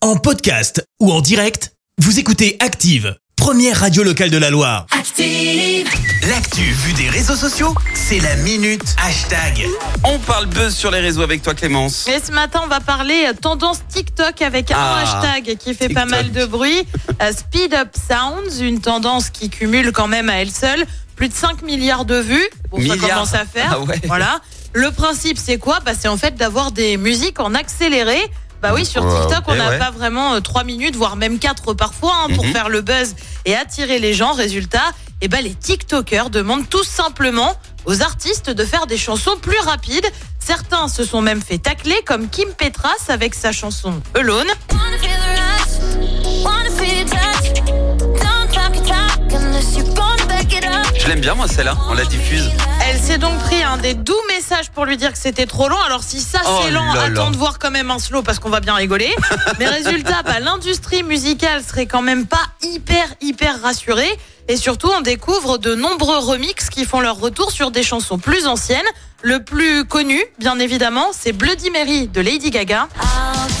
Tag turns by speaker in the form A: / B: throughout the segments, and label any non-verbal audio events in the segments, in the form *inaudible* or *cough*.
A: En podcast ou en direct, vous écoutez Active, première radio locale de la Loire.
B: Active.
C: L'actu vue des réseaux sociaux, c'est la minute hashtag.
D: On parle buzz sur les réseaux avec toi Clémence.
E: Et ce matin, on va parler euh, tendance TikTok avec
D: Ah,
E: un hashtag qui fait pas
D: TikTok.
E: mal de bruit. Euh, Speed Up Sounds, une tendance qui cumule quand même à elle seule plus de 5 milliards de vues. Bon,
D: Milliards.
E: ça commence à faire.
D: Ah ouais.
E: Voilà. Le principe, c'est quoi bah, C'est en fait d'avoir des musiques en accéléré. Bah oui, sur
D: Wow.
E: TikTok, on
D: Eh
E: n'a
D: ouais.
E: pas vraiment 3 minutes, voire même 4 parfois, hein, pour
D: Mhm.
E: faire le buzz et attirer les gens. Résultat, eh ben, les TikTokers demandent tout simplement aux artistes de faire des chansons plus rapides. Certains se sont même fait tacler, comme Kim Petras avec sa chanson Alone.
B: Wanna feel the rush, wanna feel your touch. Don't talk your talk unless you gonna back it up.
D: Je l'aime bien moi celle-là, on la diffuse.
E: Elle s'est donc pris un des doux messages pour lui dire que c'était trop long. Alors si ça
D: Oh
E: c'est lent,
D: là là.
E: attends de voir quand même un slow parce qu'on va bien rigoler.
D: *laughs*
E: Mais résultat, bah, l'industrie musicale serait quand même pas hyper hyper rassurée. Et surtout, on découvre de nombreux remixes qui font leur retour sur des chansons plus anciennes. Le plus connu, bien évidemment, c'est Bloody Mary de Lady Gaga.
B: I'll dance, dance,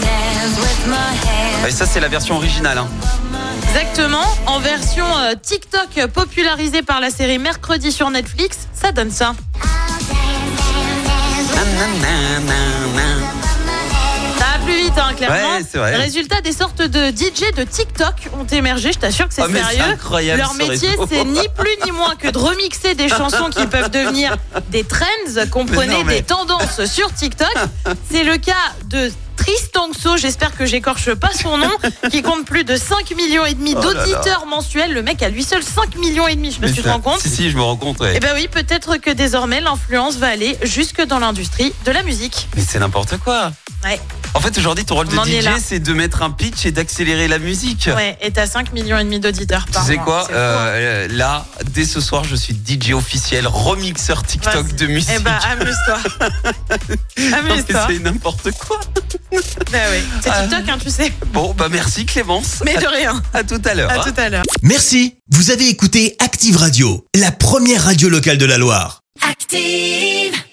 B: dance with my hands.
D: Et ça c'est la version originale. hein.
E: Exactement, en version euh, TikTok popularisée par la série Mercredi sur Netflix, ça donne ça.
B: I'll dance, dance, dance with
D: Nananana.
B: my hands.
E: Ça va plus vite, hein, clairement.
D: Ouais, c'est vrai.
E: Résultat, des sortes de DJ de TikTok ont émergé. Je t'assure que c'est
D: Oh, mais c'est
E: sérieux.
D: incroyable.
E: Leur
D: ce
E: métier,
D: réseau.
E: c'est ni plus ni moins que de remixer des chansons qui peuvent devenir des trends, comprenez,
D: Mais non, mais-
E: des tendances sur TikTok. C'est le cas de Tristanxo, j'espère que j'écorche pas son nom, qui compte plus de 5 millions et demi
D: Oh là là.
E: d'auditeurs mensuels. Le mec à lui seul 5 millions et demi, je me
D: Mais
E: suis
D: ça-
E: rendu compte.
D: Si si, je me rends compte. ouais.
E: Eh ben oui, peut-être que désormais l'influence va aller jusque dans l'industrie de la musique.
D: Mais c'est n'importe quoi.
E: ben- Ouais.
D: En fait aujourd'hui ton rôle de
E: On en est là.
D: DJ c'est de mettre un pitch et d'accélérer la musique.
E: Ouais, et t'as 5 millions et demi d'auditeurs
D: Tu
E: par
D: sais
E: mois.
D: quoi
E: C'est fou, hein.
D: Euh, Là, dès ce soir, je suis DJ officiel, remixeur TikTok
E: Vas-y.
D: de musique.
E: Eh
D: *laughs*
E: ben, amuse-toi.
D: Non, mais
E: amuse-toi.
D: c'est n'importe quoi.
E: Bah oui. C'est
D: Ah.
E: TikTok, hein, tu sais.
D: Bon, bah merci Clémence.
E: Mais
D: à,
E: de rien.
D: à tout à l'heure.
E: À
D: hein.
E: tout à l'heure.
A: Merci, vous avez écouté Active Radio, la première radio locale de la Loire.
B: Active.